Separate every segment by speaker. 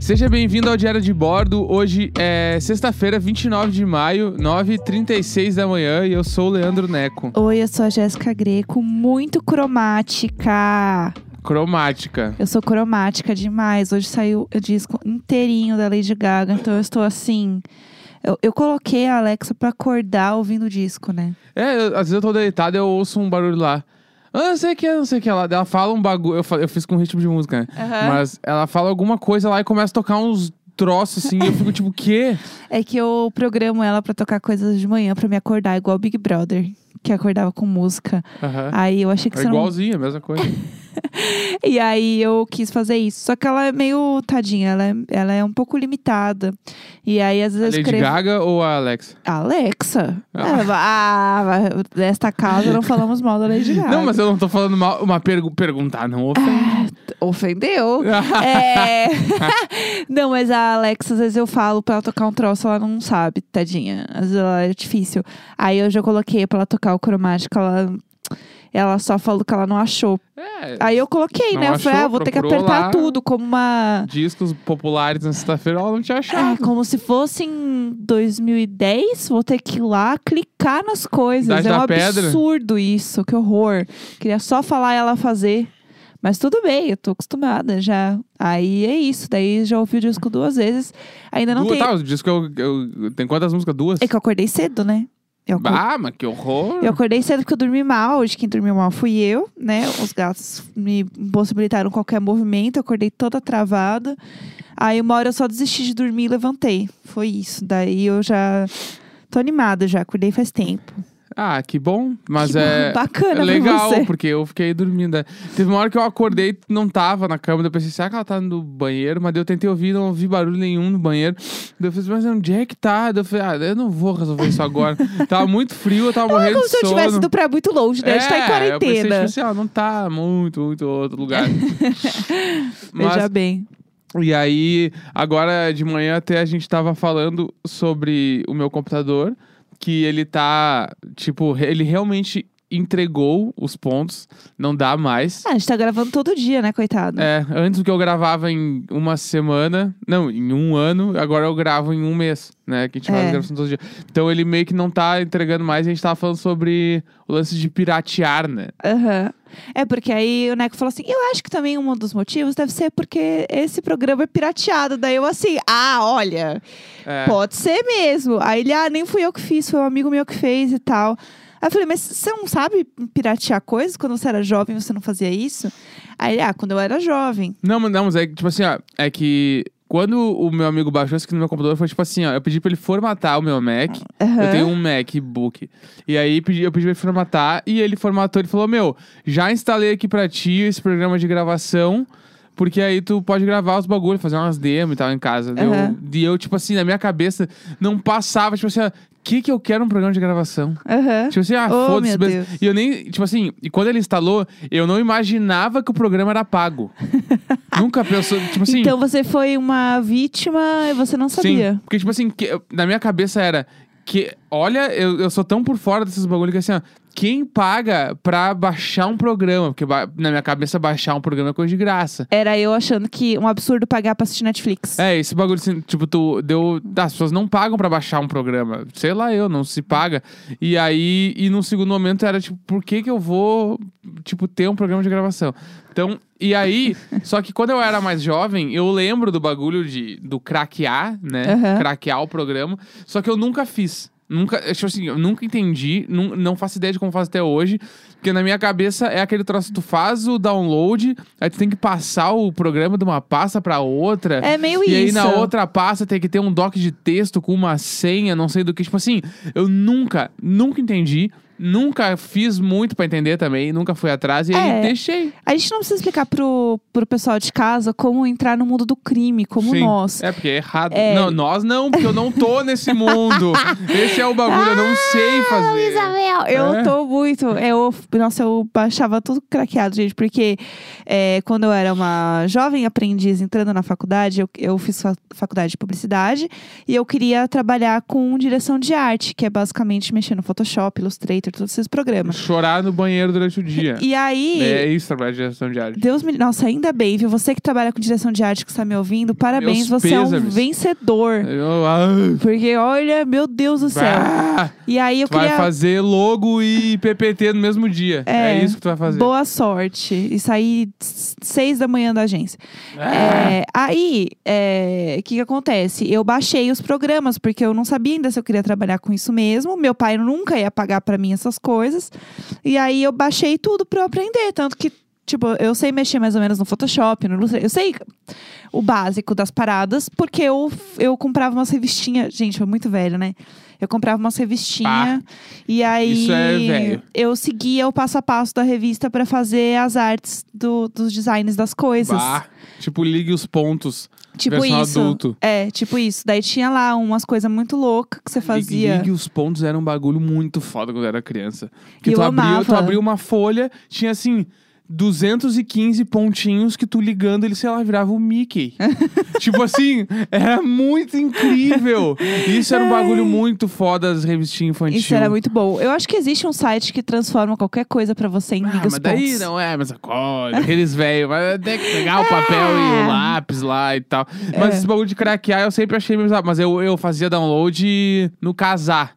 Speaker 1: Seja bem-vindo ao Diário de Bordo. Hoje é sexta-feira, 29 de maio, 9h36 da manhã, e eu sou o Leandro Neco.
Speaker 2: Oi, eu sou a Jéssica Greco, muito cromática.
Speaker 1: Cromática.
Speaker 2: Eu sou cromática demais. Hoje saiu o disco inteirinho da Lady Gaga, então eu estou assim. Eu, eu coloquei a Alexa pra acordar ouvindo o disco, né?
Speaker 1: É, eu- às vezes eu tô deitado e eu ouço um barulho lá. Ah, não sei o que, não sei o que. Ela, ela fala um bagulho. Eu, fa- eu fiz com ritmo de música, né? Mas ela fala alguma coisa lá e começa a tocar uns troços assim. e eu fico tipo, o quê?
Speaker 2: É que eu programo ela pra tocar coisas de manhã pra me acordar, igual o Big Brother, que acordava com música.
Speaker 1: Aham.
Speaker 2: Aí eu achei que
Speaker 1: É
Speaker 2: você não
Speaker 1: igualzinho, a mesma coisa.
Speaker 2: E aí eu quis fazer isso. Só que ela é meio tadinha, ela é, ela é um pouco limitada. E aí, às
Speaker 1: A
Speaker 2: vezes,
Speaker 1: Lady
Speaker 2: eu escrevo.
Speaker 1: Gaga ou a Alexa?
Speaker 2: Alexa!
Speaker 1: Ah.
Speaker 2: Ah, va- Ah, va- nesta casa não falamos mal da Lady Gaga.
Speaker 1: Não, mas eu não tô falando mal. Uma pergu perguntar, não
Speaker 2: Ah.
Speaker 1: ofende.
Speaker 2: Ofendeu! é... não, mas a Alexa, às vezes eu falo pra ela tocar um troço, ela não sabe, tadinha. Às vezes ela é difícil. Aí hoje eu coloquei pra ela tocar o cromático, ela. Ela só falou que ela não achou.
Speaker 1: É,
Speaker 2: Aí eu coloquei,
Speaker 1: Não
Speaker 2: né? Eu falei,
Speaker 1: achou,
Speaker 2: ah, vou ter que
Speaker 1: procurou
Speaker 2: apertar
Speaker 1: lá.
Speaker 2: tudo, como uma.
Speaker 1: discos populares na sexta-feira, ela não tinha
Speaker 2: É,
Speaker 1: achado.
Speaker 2: como se fosse em 2010, vou ter que ir lá clicar nas coisas.
Speaker 1: Idade
Speaker 2: é um
Speaker 1: da pedra.
Speaker 2: absurdo isso, que horror. Queria só falar ela fazer. Mas tudo bem, eu tô acostumada já. Aí é isso, daí já ouvi o disco duas vezes. Ainda não
Speaker 1: Duas,
Speaker 2: tem.
Speaker 1: tá, o disco eu, eu- Tem quantas músicas? Duas?
Speaker 2: É que eu acordei cedo, né? Eu acor-
Speaker 1: Ah, mas que horror.
Speaker 2: eu acordei cedo porque eu dormi mal. Hoje quem dormiu mal fui eu, né? Os gatos me impossibilitaram qualquer movimento. Eu acordei toda travada. Aí uma hora eu só desisti de dormir e levantei. Foi isso. Daí eu já tô animada já. Acordei faz tempo.
Speaker 1: Ah, que bom. Mas
Speaker 2: Que
Speaker 1: é.
Speaker 2: bacana pra
Speaker 1: legal,
Speaker 2: você.
Speaker 1: porque eu fiquei dormindo. né? Teve uma hora que eu acordei, não tava na cama. daí Eu pensei, será que ela tá no banheiro? Mas daí eu tentei ouvir, não ouvi barulho nenhum no banheiro. Daí eu falei, mas onde é que tá? Daí eu falei, ah, eu não vou resolver isso agora. tava muito frio, eu tava
Speaker 2: Não é
Speaker 1: morrendo
Speaker 2: como
Speaker 1: de
Speaker 2: se eu
Speaker 1: sono.
Speaker 2: tivesse ido pra muito longe, né? a gente tá em
Speaker 1: Eu pensei,
Speaker 2: quarentena.
Speaker 1: tipo assim, ah, não tá muito, muito outro lugar.
Speaker 2: Veja
Speaker 1: Mas,
Speaker 2: bem.
Speaker 1: e aí, agora de manhã até a gente tava falando sobre o meu computador, que ele tá, tipo, re- ele realmente entregou os pontos, não dá mais.
Speaker 2: Ah, a gente tá gravando todo dia, né, coitado?
Speaker 1: É, antes o que eu gravava em uma semana, não, em um ano, agora eu gravo em um mês, né? Que a gente faz
Speaker 2: É.
Speaker 1: gravação todo dia. Então ele meio que não tá entregando mais, a gente tava falando sobre o lance de piratear, né?
Speaker 2: Aham. É, porque aí o Neco falou assim: eu acho que também um dos motivos deve ser porque esse programa é pirateado. Daí eu assim, ah, olha,
Speaker 1: É.
Speaker 2: pode ser mesmo. Aí ele, ah, nem fui eu que fiz, foi um amigo meu que fez e tal. Aí eu falei, mas você não sabe piratear coisas? Quando você era jovem, você não fazia isso? Aí ele, ah, quando eu era jovem.
Speaker 1: Não, mas não, mas é que, tipo assim, ó, é que quando o meu amigo baixou isso aqui no meu computador, foi tipo assim, ó, eu pedi pra ele formatar o meu Mac.
Speaker 2: Aham.
Speaker 1: Eu tenho um MacBook. E aí pedi- eu pedi pra ele formatar e ele formatou, ele falou: "Meu, já instalei aqui pra ti esse programa de gravação, porque aí tu pode gravar os bagulhos, fazer umas demos e tal em casa". Daí eu-
Speaker 2: Aham.
Speaker 1: e eu tipo assim, na minha cabeça não passava, tipo assim, o que que eu quero um programa de gravação?
Speaker 2: Aham.
Speaker 1: Tipo assim, ah,
Speaker 2: Oh,
Speaker 1: foda-se.
Speaker 2: meu
Speaker 1: mas-
Speaker 2: Deus.
Speaker 1: E eu nem, tipo assim, e quando ele instalou, eu não imaginava que o programa era pago. Nunca pensou, tipo assim.
Speaker 2: Então você foi uma vítima e você não sabia.
Speaker 1: Sim, porque, tipo assim, que- na minha cabeça era que, olha, eu, eu sou tão por fora desses bagulho que assim, ó, quem paga pra baixar um programa? Porque ba- na minha cabeça baixar um programa é coisa de graça.
Speaker 2: Era eu achando que um absurdo pagar pra assistir Netflix.
Speaker 1: É, esse bagulho, assim, tipo, tu deu. ah, As pessoas não pagam pra baixar um programa. Sei lá, eu, não se paga. E aí, e num segundo momento era, tipo, por que que eu vou, tipo, ter um programa de gravação? Então, e aí, só que quando eu era mais jovem, eu lembro do bagulho de, do craquear, né?
Speaker 2: Aham.
Speaker 1: Craquear o programa. Só que eu nunca fiz. Nunca, tipo assim, eu nunca entendi, não, não faço ideia de como faz até hoje. Porque na minha cabeça é aquele troço, tu faz o download, aí tu tem que passar o programa de uma pasta pra outra.
Speaker 2: É meio
Speaker 1: E
Speaker 2: isso.
Speaker 1: aí na outra pasta tem que ter um doc de texto com uma senha, não sei do que. Tipo assim, eu nunca, nunca entendi. Nunca fiz muito pra entender também. Nunca fui atrás. E
Speaker 2: É.
Speaker 1: aí deixei.
Speaker 2: A gente não precisa explicar pro, pro pessoal de casa como entrar no mundo do crime, como
Speaker 1: Sim.
Speaker 2: nós.
Speaker 1: É porque é errado.
Speaker 2: É.
Speaker 1: Não, nós não, porque eu não tô nesse mundo. Esse é o bagulho, eu não
Speaker 2: Ah,
Speaker 1: sei fazer.
Speaker 2: Isabel, eu
Speaker 1: É.
Speaker 2: tô muito. Eu, nossa, eu baixava tudo craqueado, gente, porque é, quando eu era uma jovem aprendiz entrando na faculdade, eu, eu fiz fa- faculdade de publicidade e eu queria trabalhar com direção de arte, que é basicamente mexer no Photoshop, Illustrator, After, todos esses programas.
Speaker 1: Chorar no banheiro durante o dia.
Speaker 2: E aí.
Speaker 1: É isso, trabalhar de direção de arte.
Speaker 2: Deus me. Nossa, ainda bem, viu? Você que trabalha com direção de arte, que está me ouvindo,
Speaker 1: Meus
Speaker 2: parabéns, você é um
Speaker 1: pêsames.
Speaker 2: vencedor.
Speaker 1: Eu- ah,
Speaker 2: Porque, olha, meu Deus do céu.
Speaker 1: bah,
Speaker 2: E aí eu
Speaker 1: tu vai
Speaker 2: queria.
Speaker 1: fazer logo e PPT no mesmo dia. É, isso que tu vai fazer.
Speaker 2: Boa sorte. E sair s- seis da manhã da agência.
Speaker 1: Ah,
Speaker 2: É, aí, é, o que, que acontece? Eu baixei os programas, porque eu não sabia ainda se eu queria trabalhar com isso mesmo. Meu pai nunca ia pagar pra mim essas coisas. E aí eu baixei tudo pra eu aprender. Tanto que, tipo, eu sei mexer mais ou menos no Photoshop, no Illustrator. Eu sei o básico das paradas, porque eu, eu comprava umas revistinhas. Gente, foi muito velho, né? Eu comprava umas revistinhas. E aí.
Speaker 1: Isso é velho.
Speaker 2: Eu seguia o passo a passo da revista pra fazer as artes do- dos designs das coisas.
Speaker 1: bah. Tipo, ligue os pontos.
Speaker 2: Tipo
Speaker 1: versão
Speaker 2: isso.
Speaker 1: adulto.
Speaker 2: É, tipo isso. Daí tinha lá umas coisas muito loucas que você fazia.
Speaker 1: Ligue, ligue os pontos era um bagulho muito foda quando eu era criança. Porque
Speaker 2: Eu
Speaker 1: tu, abriu, tu
Speaker 2: amava.
Speaker 1: abriu uma folha, tinha assim, 215 pontinhos que tu ligando, ele, sei lá, virava o Mickey. tipo assim, era muito incrível. Isso era um bagulho muito foda das revistinhas infantis.
Speaker 2: Isso era muito bom. Eu acho que existe um site que transforma qualquer coisa pra você em
Speaker 1: ah,
Speaker 2: liga
Speaker 1: mas
Speaker 2: os
Speaker 1: daí
Speaker 2: pontos.
Speaker 1: não é a mesma coisa. Aqueles velhos, mas é tem que pegar o papel e o lápis lá e tal. Mas
Speaker 2: É.
Speaker 1: esse bagulho de craquear eu sempre achei meio. Mas eu, eu fazia download no casar.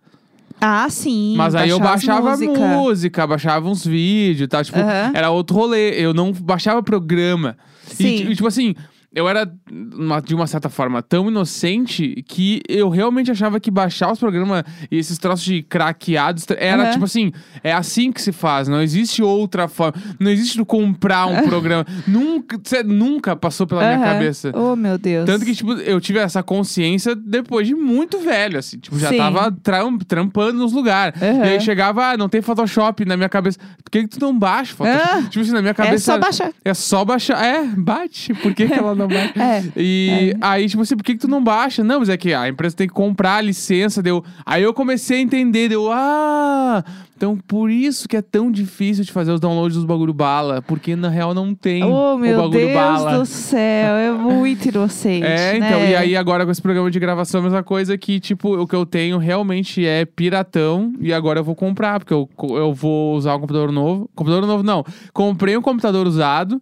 Speaker 2: Ah, sim.
Speaker 1: Mas aí eu
Speaker 2: baixar as
Speaker 1: baixava
Speaker 2: música.
Speaker 1: música. baixava uns vídeos, tá? Tipo,
Speaker 2: Aham.
Speaker 1: era outro rolê. Eu não baixava programa. E,
Speaker 2: Sim.
Speaker 1: ti- E, tipo assim, eu era, uma- de uma certa forma, tão inocente que eu realmente achava que baixar os programas e esses troços de craqueados tra- era
Speaker 2: Aham.
Speaker 1: tipo assim, é assim que se faz, não existe outra forma. Não existe tu comprar um programa. Nunca, cê, nunca passou pela minha
Speaker 2: Aham.
Speaker 1: cabeça.
Speaker 2: Oh, meu Deus.
Speaker 1: Tanto que, tipo, eu tive essa consciência depois de muito velho, assim. Tipo, já
Speaker 2: Sim.
Speaker 1: tava tram- trampando nos lugares.
Speaker 2: Aham.
Speaker 1: E aí chegava, ah, não tem Photoshop na minha cabeça. Por que, que tu não baixa o Photoshop?
Speaker 2: Ah,
Speaker 1: tipo assim, na minha
Speaker 2: É
Speaker 1: cabeça...
Speaker 2: só baixar.
Speaker 1: é só baixar. É, bate. Por que, que ela não baixa?
Speaker 2: É.
Speaker 1: E aí, tipo assim, por que, que tu não baixa? Não, mas é que a empresa tem que comprar a licença, deu. Aí eu comecei a entender, deu. Ah! Então por isso que é tão difícil de fazer os downloads dos bagulho bala. Porque na real não tem
Speaker 2: Oh,
Speaker 1: assim, o
Speaker 2: meu
Speaker 1: bagulho
Speaker 2: Deus
Speaker 1: bala.
Speaker 2: do céu. É muito inocente.
Speaker 1: É,
Speaker 2: né?
Speaker 1: então, e aí agora com esse programa de gravação, é a mesma coisa que, tipo, o que eu tenho realmente é piratão e agora eu vou comprar, porque eu, co- eu vou usar um computador novo. Computador novo não, comprei um computador usado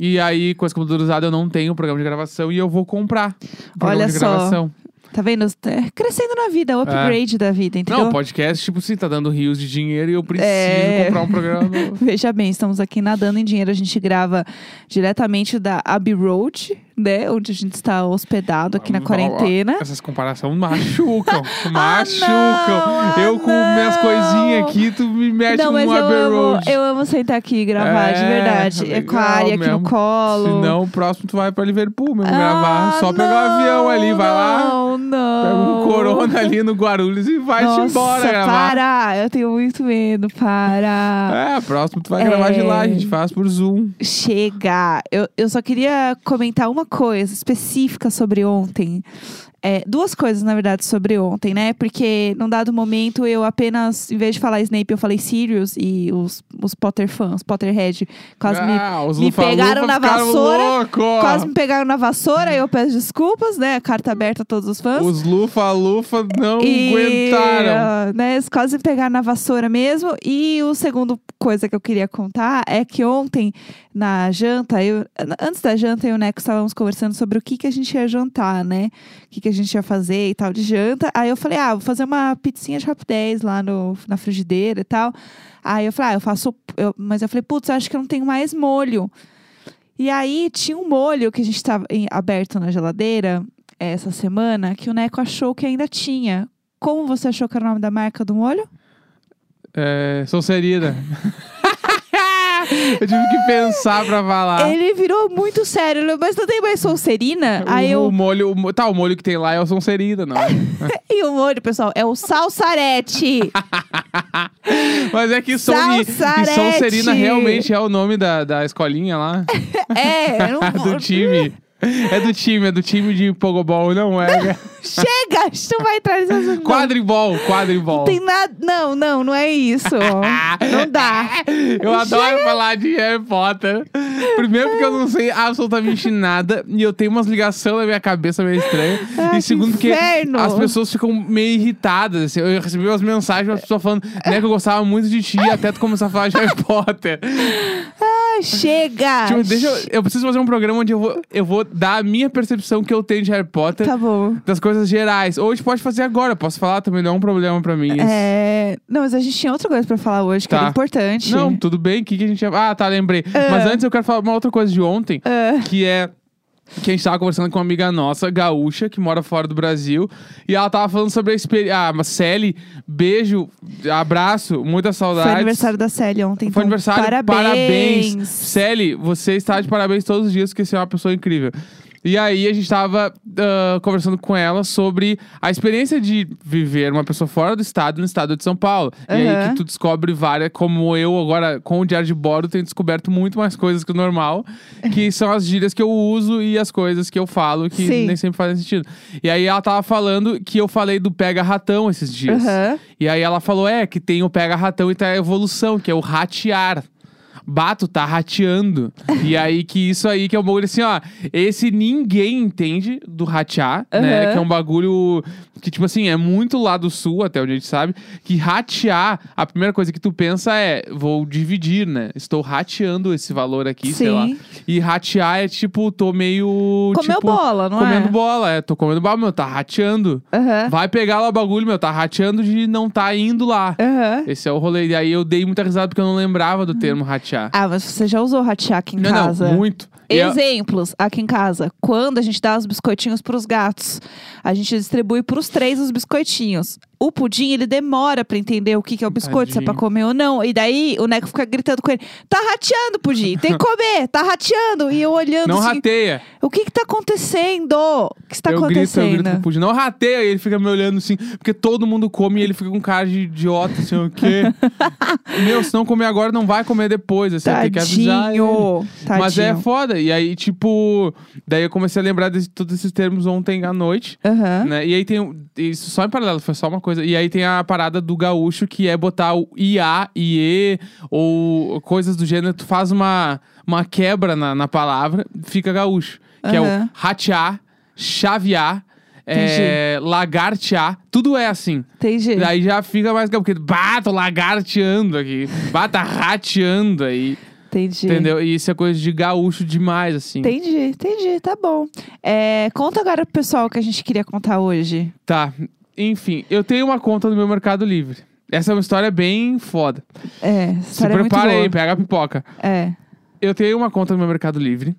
Speaker 1: e aí com esse computador usado eu não tenho o programa de gravação e eu vou comprar. o programa
Speaker 2: Olha
Speaker 1: de
Speaker 2: só,
Speaker 1: gravação.
Speaker 2: Tá vendo? É Crescendo na vida, o upgrade da vida, entendeu?
Speaker 1: Não, podcast, tipo, sim, tá dando rios de dinheiro e eu preciso
Speaker 2: É.
Speaker 1: comprar um programa novo.
Speaker 2: Veja bem, estamos aqui nadando em dinheiro. A gente grava diretamente da Abbey Road, né? Onde a gente está hospedado aqui na
Speaker 1: Ó, ó,
Speaker 2: quarentena. Ah,
Speaker 1: Essas comparações machucam. machucam.
Speaker 2: não, ah,
Speaker 1: eu com minhas
Speaker 2: não.
Speaker 1: coisinhas aqui, tu me mete
Speaker 2: Não,
Speaker 1: num
Speaker 2: mas eu
Speaker 1: Abbey
Speaker 2: amo,
Speaker 1: Road.
Speaker 2: eu amo sentar aqui e gravar, de
Speaker 1: É,
Speaker 2: verdade. É com a
Speaker 1: legal
Speaker 2: área aqui no
Speaker 1: mesmo.
Speaker 2: colo.
Speaker 1: Se não, o próximo tu vai pra Liverpool mesmo
Speaker 2: Ah,
Speaker 1: gravar. Só pegar o
Speaker 2: não,
Speaker 1: avião ali, vai lá,
Speaker 2: Não, não.
Speaker 1: pega um corona ali no Guarulhos e vai-te
Speaker 2: Nossa,
Speaker 1: embora gravar.
Speaker 2: Para, eu tenho muito medo, para.
Speaker 1: É, próximo tu vai gravar de lá, a
Speaker 2: É.
Speaker 1: gente faz por Zoom.
Speaker 2: Chega! Eu, eu só queria comentar uma coisa específica sobre ontem. É, duas coisas, na verdade, sobre ontem, né? Porque num dado momento eu apenas, em vez de falar Snape, eu falei Sirius e os, os Potter fãs, Potterhead, quase me
Speaker 1: ah, os
Speaker 2: me
Speaker 1: Lufa-Lufa
Speaker 2: pegaram na
Speaker 1: ficaram
Speaker 2: vassoura,
Speaker 1: Louco.
Speaker 2: Quase me pegaram na vassoura, eu peço desculpas, né? Carta aberta a todos os fãs.
Speaker 1: Os Lufa-Lufa não
Speaker 2: E,
Speaker 1: aguentaram.
Speaker 2: ah, Né, eles quase me pegaram na vassoura mesmo. E o segundo coisa que eu queria contar é que ontem, na janta, eu, an- antes da janta, eu e o Neco estávamos conversando sobre o que, que a gente ia jantar, né? O que, que a gente ia fazer e tal de janta. Aí eu falei, ah, vou fazer uma pizzinha de rapidez lá no, na frigideira e tal. Aí eu falei, ah, eu faço. eu- mas eu falei, putz, acho que eu não tenho mais molho. E aí tinha um molho que a gente estava aberto na geladeira eh, essa semana que o Neco achou que ainda tinha. Como você achou que era o nome da marca do molho?
Speaker 1: É, sou serina. Eu tive que pensar pra falar.
Speaker 2: Ele virou muito sério, ele falou, mas não tem mais Sonserina?
Speaker 1: o,
Speaker 2: Aí
Speaker 1: o
Speaker 2: eu.
Speaker 1: molho, o mo- tá, o molho que tem lá é o Sonserina, não é?
Speaker 2: E o molho, pessoal, é o salsarete.
Speaker 1: Mas é que São e, e
Speaker 2: Salsarete.
Speaker 1: Sonserina realmente é o nome da, da escolinha lá,
Speaker 2: é, eu não
Speaker 1: do
Speaker 2: vou-
Speaker 1: time. É do time, é do time de pogobol, não é?
Speaker 2: Chega! A gente não vai entrar nesse assunto. não.
Speaker 1: quadribol, quadribol.
Speaker 2: Não tem nada. Não, não, não é isso. não dá.
Speaker 1: Eu adoro falar de Harry Potter. Primeiro porque eu não sei absolutamente nada e eu tenho umas ligações na minha cabeça meio estranha.
Speaker 2: Ah,
Speaker 1: e
Speaker 2: que
Speaker 1: segundo porque
Speaker 2: inferno.
Speaker 1: as pessoas ficam meio irritadas. assim. Eu recebi umas mensagens de uma pessoa falando né, que eu gostava muito de ti até tu começar a falar de Harry Potter.
Speaker 2: Ah, chega!
Speaker 1: Tipo, deixa eu, eu preciso fazer um programa onde eu vou, eu vou dar a minha percepção que eu tenho de Harry Potter.
Speaker 2: Tá bom.
Speaker 1: Das coisas gerais. Ou a gente pode fazer agora, eu posso falar também, não é um problema pra mim. isso.
Speaker 2: É... Não, mas a gente tinha outra coisa pra falar hoje que
Speaker 1: Tá.
Speaker 2: era importante.
Speaker 1: Não, tudo bem, o que, que a gente. Ah, tá, lembrei. Mas antes eu quero falar uma outra coisa de ontem,
Speaker 2: Ah,
Speaker 1: que é. Que a gente tava conversando com uma amiga nossa, gaúcha, que mora fora do Brasil. E ela tava falando sobre a experiência. Ah, mas Sally, beijo, abraço, muita saudade.
Speaker 2: foi aniversário da Célia ontem.
Speaker 1: Foi
Speaker 2: então,
Speaker 1: aniversário,
Speaker 2: Parabéns!
Speaker 1: parabéns. Sally, você está de parabéns todos os dias, porque você é uma pessoa incrível. E aí a gente tava ah, conversando com ela sobre a experiência de viver uma pessoa fora do estado, no estado de São Paulo. E aí
Speaker 2: Aham.
Speaker 1: que tu descobre várias, como eu agora com o diário de bordo tenho descoberto muito mais coisas que o normal, que são as gírias que eu uso e as coisas que eu falo que
Speaker 2: Sim.
Speaker 1: nem sempre fazem sentido. E aí ela tava falando que eu falei do pega ratão esses dias.
Speaker 2: Aham.
Speaker 1: E aí ela falou: é, que tem o pega ratão e tem a evolução, que é o ratear. Bato tá rateando. e aí que isso aí que é um bagulho assim, ó. Esse ninguém entende do ratear, né?
Speaker 2: Aham.
Speaker 1: Que é um bagulho que, tipo assim, é muito lá do sul, até onde a gente sabe. Que ratear, a primeira coisa que tu pensa é, vou dividir, né? Estou rateando esse valor aqui, sei lá.
Speaker 2: Sim.
Speaker 1: E ratear é tipo, tô meio.
Speaker 2: Comeu
Speaker 1: tipo,
Speaker 2: bola, não
Speaker 1: comendo
Speaker 2: é?
Speaker 1: bola, é. Tô comendo bola, meu, tá rateando.
Speaker 2: Aham.
Speaker 1: Vai pegar lá o bagulho, meu. Tá rateando de não tá indo lá.
Speaker 2: Aham.
Speaker 1: Esse é o rolê. E aí eu dei muita risada porque eu não lembrava do termo ratear.
Speaker 2: Ah, mas você já usou ratear aqui em
Speaker 1: não,
Speaker 2: casa?
Speaker 1: não, muito. É E eu-
Speaker 2: Exemplos aqui em casa. Quando a gente dá os biscoitinhos pros gatos, a gente distribui pros três os biscoitinhos. O pudim, ele demora pra entender o que, que é o biscoito, se é pra
Speaker 1: Tadinho.
Speaker 2: comer ou não. E daí o Neco fica gritando com ele: tá rateando, pudim, tem que comer, tá rateando. E eu olhando
Speaker 1: não
Speaker 2: assim:
Speaker 1: rateia.
Speaker 2: o que que tá acontecendo? O que está
Speaker 1: eu grito, eu
Speaker 2: acontecendo?
Speaker 1: grito com o Pudim. Não rateia. E ele fica me olhando assim, porque todo mundo come e ele fica com cara de idiota, assim, o quê? Meu, se não comer agora, não vai comer depois. Assim, tem que avisar. ele.
Speaker 2: Tadinho, tadinho.
Speaker 1: Mas é foda. E aí, tipo, daí eu comecei a lembrar de todos esses termos ontem à noite.
Speaker 2: Aham.
Speaker 1: né? E aí tem. um- Isso só em paralelo, foi só uma coisa. E aí tem a parada do gaúcho que é botar o IA, IE ou coisas do gênero. Tu faz uma, uma quebra na, na palavra, fica gaúcho. Que é o
Speaker 2: Aham.
Speaker 1: ratear, chavear, é, lagartear. Tudo é assim.
Speaker 2: Entendi.
Speaker 1: Daí já fica mais gaúcho. Porque, bah, tô lagarteando aqui. Bah, tá rateando aí.
Speaker 2: Entendi.
Speaker 1: Entendeu? E isso é coisa de gaúcho demais, assim.
Speaker 2: Entendi, entendi, tá bom. É, conta agora pro pessoal o que a gente queria contar hoje.
Speaker 1: Tá. Enfim, eu tenho uma conta no meu Mercado Livre. Essa é uma história bem foda.
Speaker 2: É, essa história é
Speaker 1: Se
Speaker 2: muito
Speaker 1: prepara aí,
Speaker 2: boa.
Speaker 1: pega a pipoca.
Speaker 2: É.
Speaker 1: Eu tenho uma conta no meu Mercado Livre,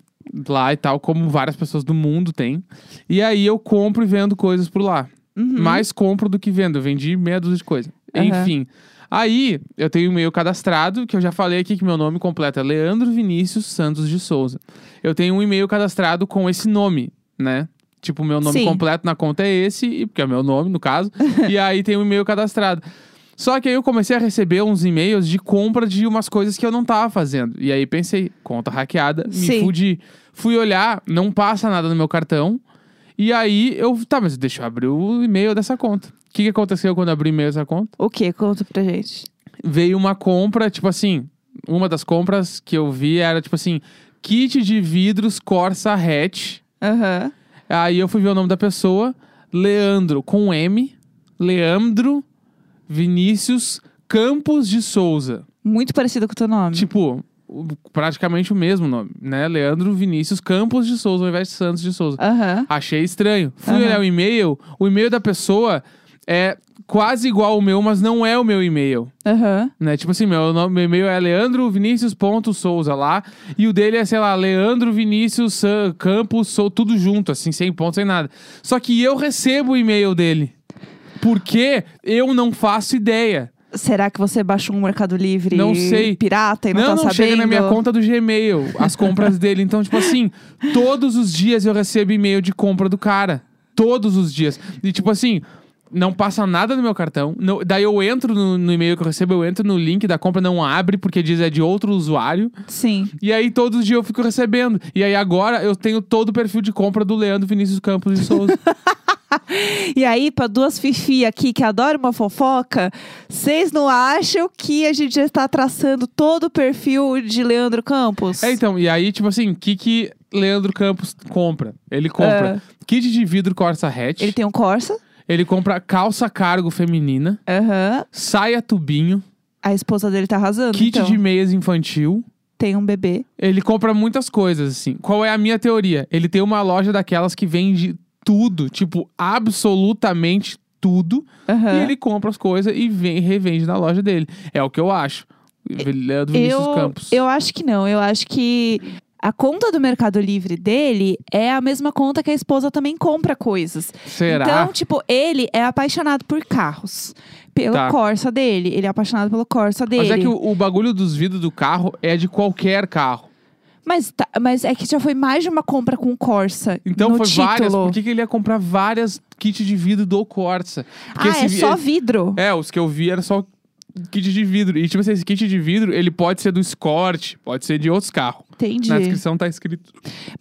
Speaker 1: lá e tal, como várias pessoas do mundo têm. E aí eu compro e vendo coisas por lá. Mais compro do que vendo. Eu vendi meia dúzia de coisa.
Speaker 2: Uhum. Aham.
Speaker 1: Enfim. Aí eu tenho um e-mail cadastrado, que eu já falei aqui que meu nome completo é Leandro Vinícius Santos de Souza. Eu tenho um e-mail cadastrado com esse nome, né? Tipo, meu nome
Speaker 2: Sim.
Speaker 1: completo na conta é esse, e- porque é meu nome, no caso. e aí tem um e-mail cadastrado. Só que aí eu comecei a receber uns e-mails de compra de umas coisas que eu não tava fazendo. E aí pensei, conta hackeada, me
Speaker 2: Sim.
Speaker 1: fudi. Fui olhar, não passa nada no meu cartão. E aí eu, tá, mas deixa eu abrir o e-mail dessa conta. O que, que aconteceu quando eu abri o e-mail dessa conta?
Speaker 2: O que? Conta pra gente.
Speaker 1: Veio uma compra, tipo assim, uma das compras que eu vi era tipo assim, kit de vidros Corsa Hatch.
Speaker 2: Aham.
Speaker 1: Aí eu fui ver o nome da pessoa, Leandro com M, Leandro Vinícius Campos de Souza.
Speaker 2: Muito parecido com o teu nome.
Speaker 1: Tipo, o- praticamente o mesmo nome, né? Leandro Vinícius Campos de Souza, ao invés de Santos de Souza.
Speaker 2: Aham.
Speaker 1: Achei estranho. Fui
Speaker 2: Aham.
Speaker 1: olhar o e-mail, o e-mail da pessoa é quase igual ao meu, mas não é o meu e-mail.
Speaker 2: Aham.
Speaker 1: Né? Tipo assim, meu, nome, meu e-mail é leandrovinicius.souza lá. E o dele é, sei lá, Leandro Vinícius San- Campos, sou tudo junto, assim, sem ponto, sem nada. Só que eu recebo o e-mail dele. Porque eu não faço ideia.
Speaker 2: Será que você baixou um Mercado Livre
Speaker 1: Não sei.
Speaker 2: pirata e não,
Speaker 1: não,
Speaker 2: tá sabendo?
Speaker 1: chega na minha conta do Gmail as compras dele. Então, tipo assim, todos os dias eu recebo e-mail de compra do cara. Todos os dias. E tipo assim, não passa nada no meu cartão. Não- daí eu entro no, no e-mail que eu recebo, eu entro no link da compra, não abre, porque diz é de outro usuário.
Speaker 2: Sim.
Speaker 1: E aí todo dia eu fico recebendo. E aí agora eu tenho todo o perfil de compra do Leandro Vinícius Campos de Souza.
Speaker 2: E aí, pra duas fifi aqui que adoram uma fofoca, vocês não acham que a gente já está traçando todo o perfil de Leandro Campos?
Speaker 1: é, então, e aí, tipo assim, o que que Leandro Campos compra? Ele compra kit de vidro Corsa Hatch,
Speaker 2: Ah. Ele
Speaker 1: ele,
Speaker 2: tem um Corsa,
Speaker 1: compra calça cargo feminina,
Speaker 2: aham.
Speaker 1: saia tubinho,
Speaker 2: a esposa dele tá arrasando,
Speaker 1: kit
Speaker 2: então.
Speaker 1: de meias infantil.
Speaker 2: Tem um bebê.
Speaker 1: Ele compra muitas coisas, assim. Qual é a minha teoria? Ele tem uma loja daquelas que vende tudo, tipo, absolutamente tudo.
Speaker 2: Aham.
Speaker 1: E ele compra as coisas e vem, revende na loja dele. É o que eu acho. Leandro Vinícius
Speaker 2: eu,
Speaker 1: Campos.
Speaker 2: eu acho que não. Eu acho que a conta do Mercado Livre dele é a mesma conta que a esposa também compra coisas.
Speaker 1: Será?
Speaker 2: Então, tipo, ele é apaixonado por carros. Pelo
Speaker 1: Tá.
Speaker 2: Corsa dele. Ele é apaixonado pelo Corsa dele.
Speaker 1: Mas é que o, o bagulho dos vidros do carro é de qualquer carro.
Speaker 2: Mas, tá- mas é que já foi mais de uma compra com Corsa.
Speaker 1: Então
Speaker 2: no
Speaker 1: foi
Speaker 2: título.
Speaker 1: várias. Por que, que ele ia comprar várias kits de vidro do Corsa? Porque
Speaker 2: ah,
Speaker 1: esse
Speaker 2: é
Speaker 1: vi-
Speaker 2: só vidro.
Speaker 1: É, os que eu vi era só kit de vidro. E tipo assim, esse kit de vidro, ele pode ser do Escort, pode ser de outros carros.
Speaker 2: Entendi.
Speaker 1: Na descrição tá escrito.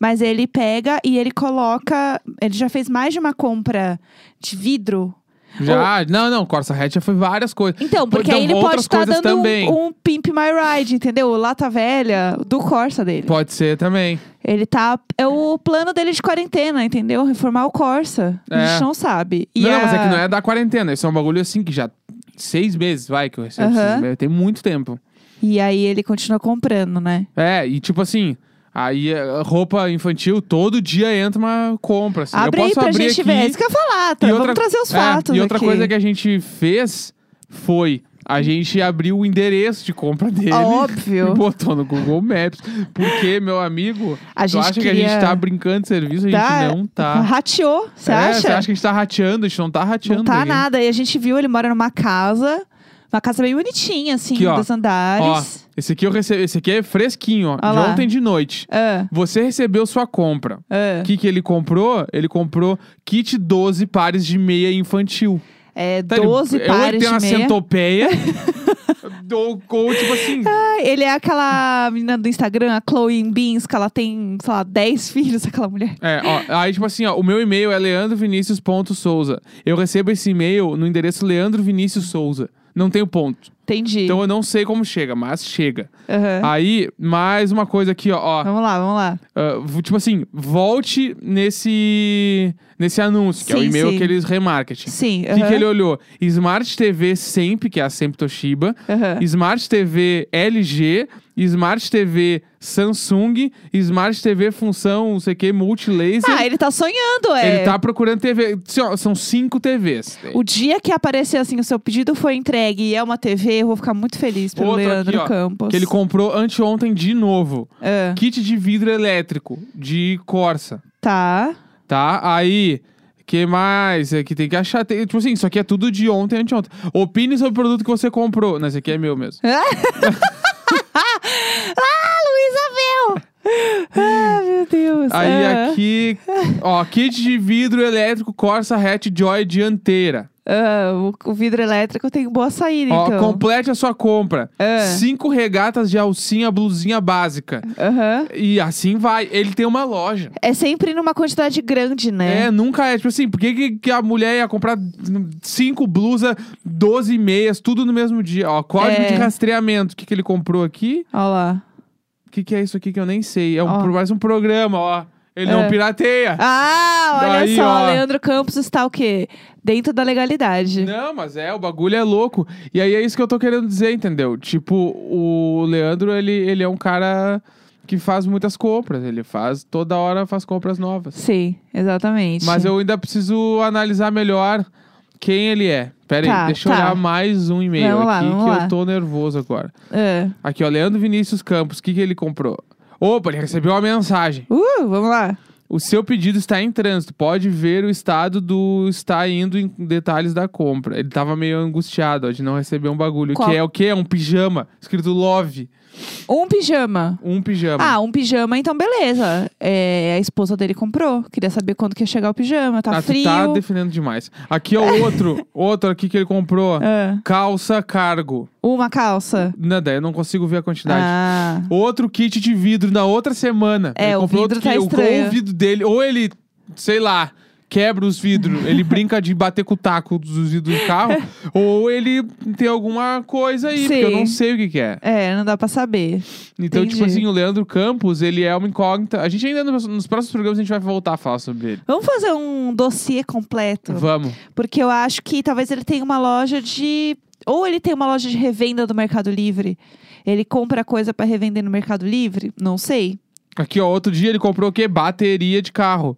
Speaker 2: Mas ele pega e ele coloca. Ele já fez mais de uma compra de vidro.
Speaker 1: Já, não, não, Corsa Hatch já foi várias coisas.
Speaker 2: Então, porque
Speaker 1: Então,
Speaker 2: aí ele pode
Speaker 1: outras
Speaker 2: estar
Speaker 1: coisas
Speaker 2: dando
Speaker 1: também.
Speaker 2: Um, um Pimp My Ride, entendeu? O Lata Velha do Corsa dele.
Speaker 1: Pode ser também.
Speaker 2: Ele tá. É o plano dele de quarentena, entendeu? Reformar o Corsa. A
Speaker 1: É.
Speaker 2: gente não sabe. E
Speaker 1: não,
Speaker 2: a-
Speaker 1: mas é que não é da quarentena. Isso é um bagulho assim que já. Seis meses, vai, que eu recebo.
Speaker 2: Aham.
Speaker 1: esses e-mails. Tem muito tempo.
Speaker 2: E aí ele continua comprando, né?
Speaker 1: É, e tipo assim. Aí eh, roupa infantil, todo dia entra uma compra. Assim.
Speaker 2: Abre
Speaker 1: eu
Speaker 2: aí
Speaker 1: posso
Speaker 2: pra
Speaker 1: abrir
Speaker 2: gente
Speaker 1: aqui,
Speaker 2: ver. É isso que eu ia falar, tá?
Speaker 1: E
Speaker 2: Vamos trazer os
Speaker 1: é,
Speaker 2: fatos.
Speaker 1: E outra
Speaker 2: aqui.
Speaker 1: coisa que a gente fez foi. A gente abriu o endereço de compra dele. E
Speaker 2: Ah, Óbvio.
Speaker 1: botou no Google Maps. Porque, meu amigo,
Speaker 2: A
Speaker 1: tu
Speaker 2: gente
Speaker 1: acha que a
Speaker 2: queria-
Speaker 1: gente tá brincando de serviço? A gente
Speaker 2: Tá.
Speaker 1: não tá.
Speaker 2: Rateou, você
Speaker 1: é,
Speaker 2: acha?
Speaker 1: Você acha que a gente tá rateando? A gente não tá rateando.
Speaker 2: Não tá
Speaker 1: ninguém.
Speaker 2: nada. E a gente viu, ele mora numa casa. Uma casa bem bonitinha, assim,
Speaker 1: Aqui, ó.
Speaker 2: dos
Speaker 1: Ó,
Speaker 2: andares.
Speaker 1: esse aqui eu recebi. Esse aqui é fresquinho, ó.
Speaker 2: Ó
Speaker 1: de
Speaker 2: lá.
Speaker 1: ontem de noite.
Speaker 2: Ah,
Speaker 1: Você recebeu sua compra.
Speaker 2: ah.
Speaker 1: O que, que ele comprou? Ele comprou kit 12 pares de meia infantil.
Speaker 2: É,
Speaker 1: Tá,
Speaker 2: 12
Speaker 1: ele, Ou ele
Speaker 2: pares
Speaker 1: tem uma
Speaker 2: de meia.
Speaker 1: centopeia. ou, ou, tipo assim.
Speaker 2: Ah, Ele é aquela menina do Instagram, a Chloe Beans, que ela tem, sei lá, 10 filhos, aquela mulher.
Speaker 1: É, ó, aí tipo assim, ó, o meu e-mail é leandrovinicius.souza. Eu recebo esse e-mail no endereço Leandro Vinícius Souza. Não tenho ponto.
Speaker 2: Entendi.
Speaker 1: Então ah, eu não sei como chega, mas chega.
Speaker 2: Aham.
Speaker 1: Aí, mais uma coisa aqui, ó. ó,
Speaker 2: Vamos lá, vamos lá.
Speaker 1: ah, v- tipo assim, volte nesse, nesse anúncio, que é o
Speaker 2: Sim,
Speaker 1: e-mail
Speaker 2: sim.
Speaker 1: que eles remarketing.
Speaker 2: Sim,
Speaker 1: O que, que
Speaker 2: aham,
Speaker 1: ele olhou? Smart TV Sempre, que é a Sempre Toshiba.
Speaker 2: aham. Ah,
Speaker 1: Smart TV LG, Smart TV Samsung, Smart TV função, não sei o que, multilaser.
Speaker 2: Ah, ele tá sonhando, é.
Speaker 1: Ele tá procurando TV. Assim, ó, São cinco TVs.
Speaker 2: O dia que aparecer assim, o seu pedido foi entregue e é uma TV, eu vou ficar muito feliz pelo
Speaker 1: Outro aqui,
Speaker 2: Leandro
Speaker 1: ó,
Speaker 2: Campos.
Speaker 1: Que ele comprou anteontem de novo.
Speaker 2: Ah,
Speaker 1: Kit de vidro elétrico de Corsa,
Speaker 2: tá.
Speaker 1: tá? Aí, que mais? É que tem que achar. tem- tipo assim, isso aqui é tudo de ontem, anteontem. Opine sobre o produto que você comprou. Não, esse aqui é meu mesmo.
Speaker 2: ah, Luísa Bel! ah, meu Deus.
Speaker 1: Aí
Speaker 2: Ah,
Speaker 1: aqui, ó, kit de vidro elétrico Corsa Hatch Joy dianteira.
Speaker 2: ah, o, o vidro elétrico tem boa saída,
Speaker 1: Ó,
Speaker 2: então.
Speaker 1: complete a sua compra.
Speaker 2: É.
Speaker 1: Cinco regatas de alcinha, blusinha básica.
Speaker 2: Aham.
Speaker 1: E assim vai. Ele tem uma loja.
Speaker 2: É sempre numa quantidade grande, né?
Speaker 1: É, nunca é. Tipo assim, por que, que- que a mulher ia comprar cinco blusas, 12 meias, tudo no mesmo dia? Ó, código
Speaker 2: É.
Speaker 1: de rastreamento. O que, que ele comprou aqui?
Speaker 2: Olha lá.
Speaker 1: O que, que é isso aqui que eu nem sei? É um,
Speaker 2: Ó.
Speaker 1: mais um programa, ó. Ele
Speaker 2: É.
Speaker 1: não pirateia.
Speaker 2: Ah, olha
Speaker 1: Daí,
Speaker 2: só,
Speaker 1: ó.
Speaker 2: Leandro Campos está o quê? Dentro da legalidade.
Speaker 1: Não, mas é, o bagulho é louco. E aí é isso que eu tô querendo dizer, entendeu? Tipo, o Leandro, ele, ele é um cara que faz muitas compras. Ele faz, toda hora faz compras novas.
Speaker 2: Sim, exatamente.
Speaker 1: Mas eu ainda preciso analisar melhor quem ele é. Pera
Speaker 2: Tá,
Speaker 1: aí, deixa eu
Speaker 2: tá.
Speaker 1: olhar mais um e-mail
Speaker 2: Vamos lá,
Speaker 1: aqui
Speaker 2: vamos
Speaker 1: que
Speaker 2: lá.
Speaker 1: eu tô nervoso agora.
Speaker 2: Ah.
Speaker 1: Aqui, ó, Leandro Vinícius Campos, o que, que ele comprou? Opa, ele recebeu uma mensagem.
Speaker 2: Uh, vamos lá.
Speaker 1: O seu pedido está em trânsito. Pode ver o estado do está indo em detalhes da compra. Ele tava meio angustiado ó, de não receber um bagulho.
Speaker 2: Qual?
Speaker 1: Que é o quê? É um pijama. Escrito love.
Speaker 2: Um pijama.
Speaker 1: Um pijama.
Speaker 2: Ah, um pijama, então beleza. É, a esposa dele comprou. Queria saber quando que ia chegar o pijama. Tá
Speaker 1: Ah, tu
Speaker 2: frio.
Speaker 1: tá defendendo demais. Aqui é o outro. outro aqui que ele comprou.
Speaker 2: Ah,
Speaker 1: Calça cargo.
Speaker 2: uma calça.
Speaker 1: Nada, eu não consigo ver a quantidade.
Speaker 2: Ah.
Speaker 1: Outro kit de vidro na outra semana.
Speaker 2: É,
Speaker 1: Ele
Speaker 2: o
Speaker 1: comprou
Speaker 2: vidro
Speaker 1: outro
Speaker 2: tá
Speaker 1: kit,
Speaker 2: estranho.
Speaker 1: Ou o vidro dele, ou ele, sei lá, quebra os vidros. ele brinca de bater com o taco dos vidros do carro. ou ele tem alguma coisa aí, porque eu
Speaker 2: Sim.
Speaker 1: não sei o que, que é.
Speaker 2: É, não dá pra saber.
Speaker 1: Então, tipo
Speaker 2: Entendi.
Speaker 1: assim, o Leandro Campos, ele é uma incógnita. A gente ainda, nos, nos próximos programas, a gente vai voltar a falar sobre ele.
Speaker 2: Vamos fazer um dossiê completo.
Speaker 1: Vamos.
Speaker 2: Porque eu acho que talvez ele tenha uma loja de. Ou ele tem uma loja de revenda do Mercado Livre. Ele compra coisa pra revender no Mercado Livre? Não sei.
Speaker 1: Aqui, ó, outro dia ele comprou o quê? Bateria de carro.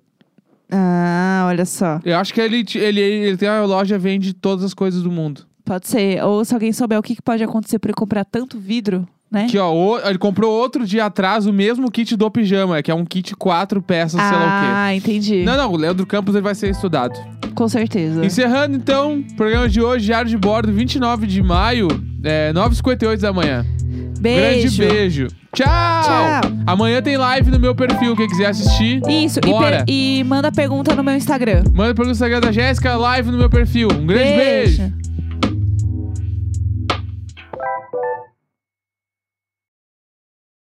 Speaker 2: Ah, olha só.
Speaker 1: Eu acho que ele, te- ele, ele tem uma loja, vende todas as coisas do mundo.
Speaker 2: Pode ser. Ou se alguém souber o que, que pode acontecer pra ele comprar tanto vidro, né?
Speaker 1: Aqui, ó, o- ele comprou outro dia atrás o mesmo kit do pijama, que é um kit quatro peças, sei lá o
Speaker 2: ah, entendi.
Speaker 1: quê. Não, não, o Leandro Campos ele vai ser estudado.
Speaker 2: Com certeza.
Speaker 1: Encerrando então, o programa de hoje, Diário de Bordo, 29 de maio, é, 9h58 da manhã. Grande beijo. Tchau!
Speaker 2: Tchau.
Speaker 1: Amanhã tem live no meu perfil, quem quiser assistir.
Speaker 2: Isso, e per-
Speaker 1: Bora.
Speaker 2: e manda pergunta no meu Instagram.
Speaker 1: Manda pelo Instagram da Jéssica, live no meu perfil. Um grande beijo.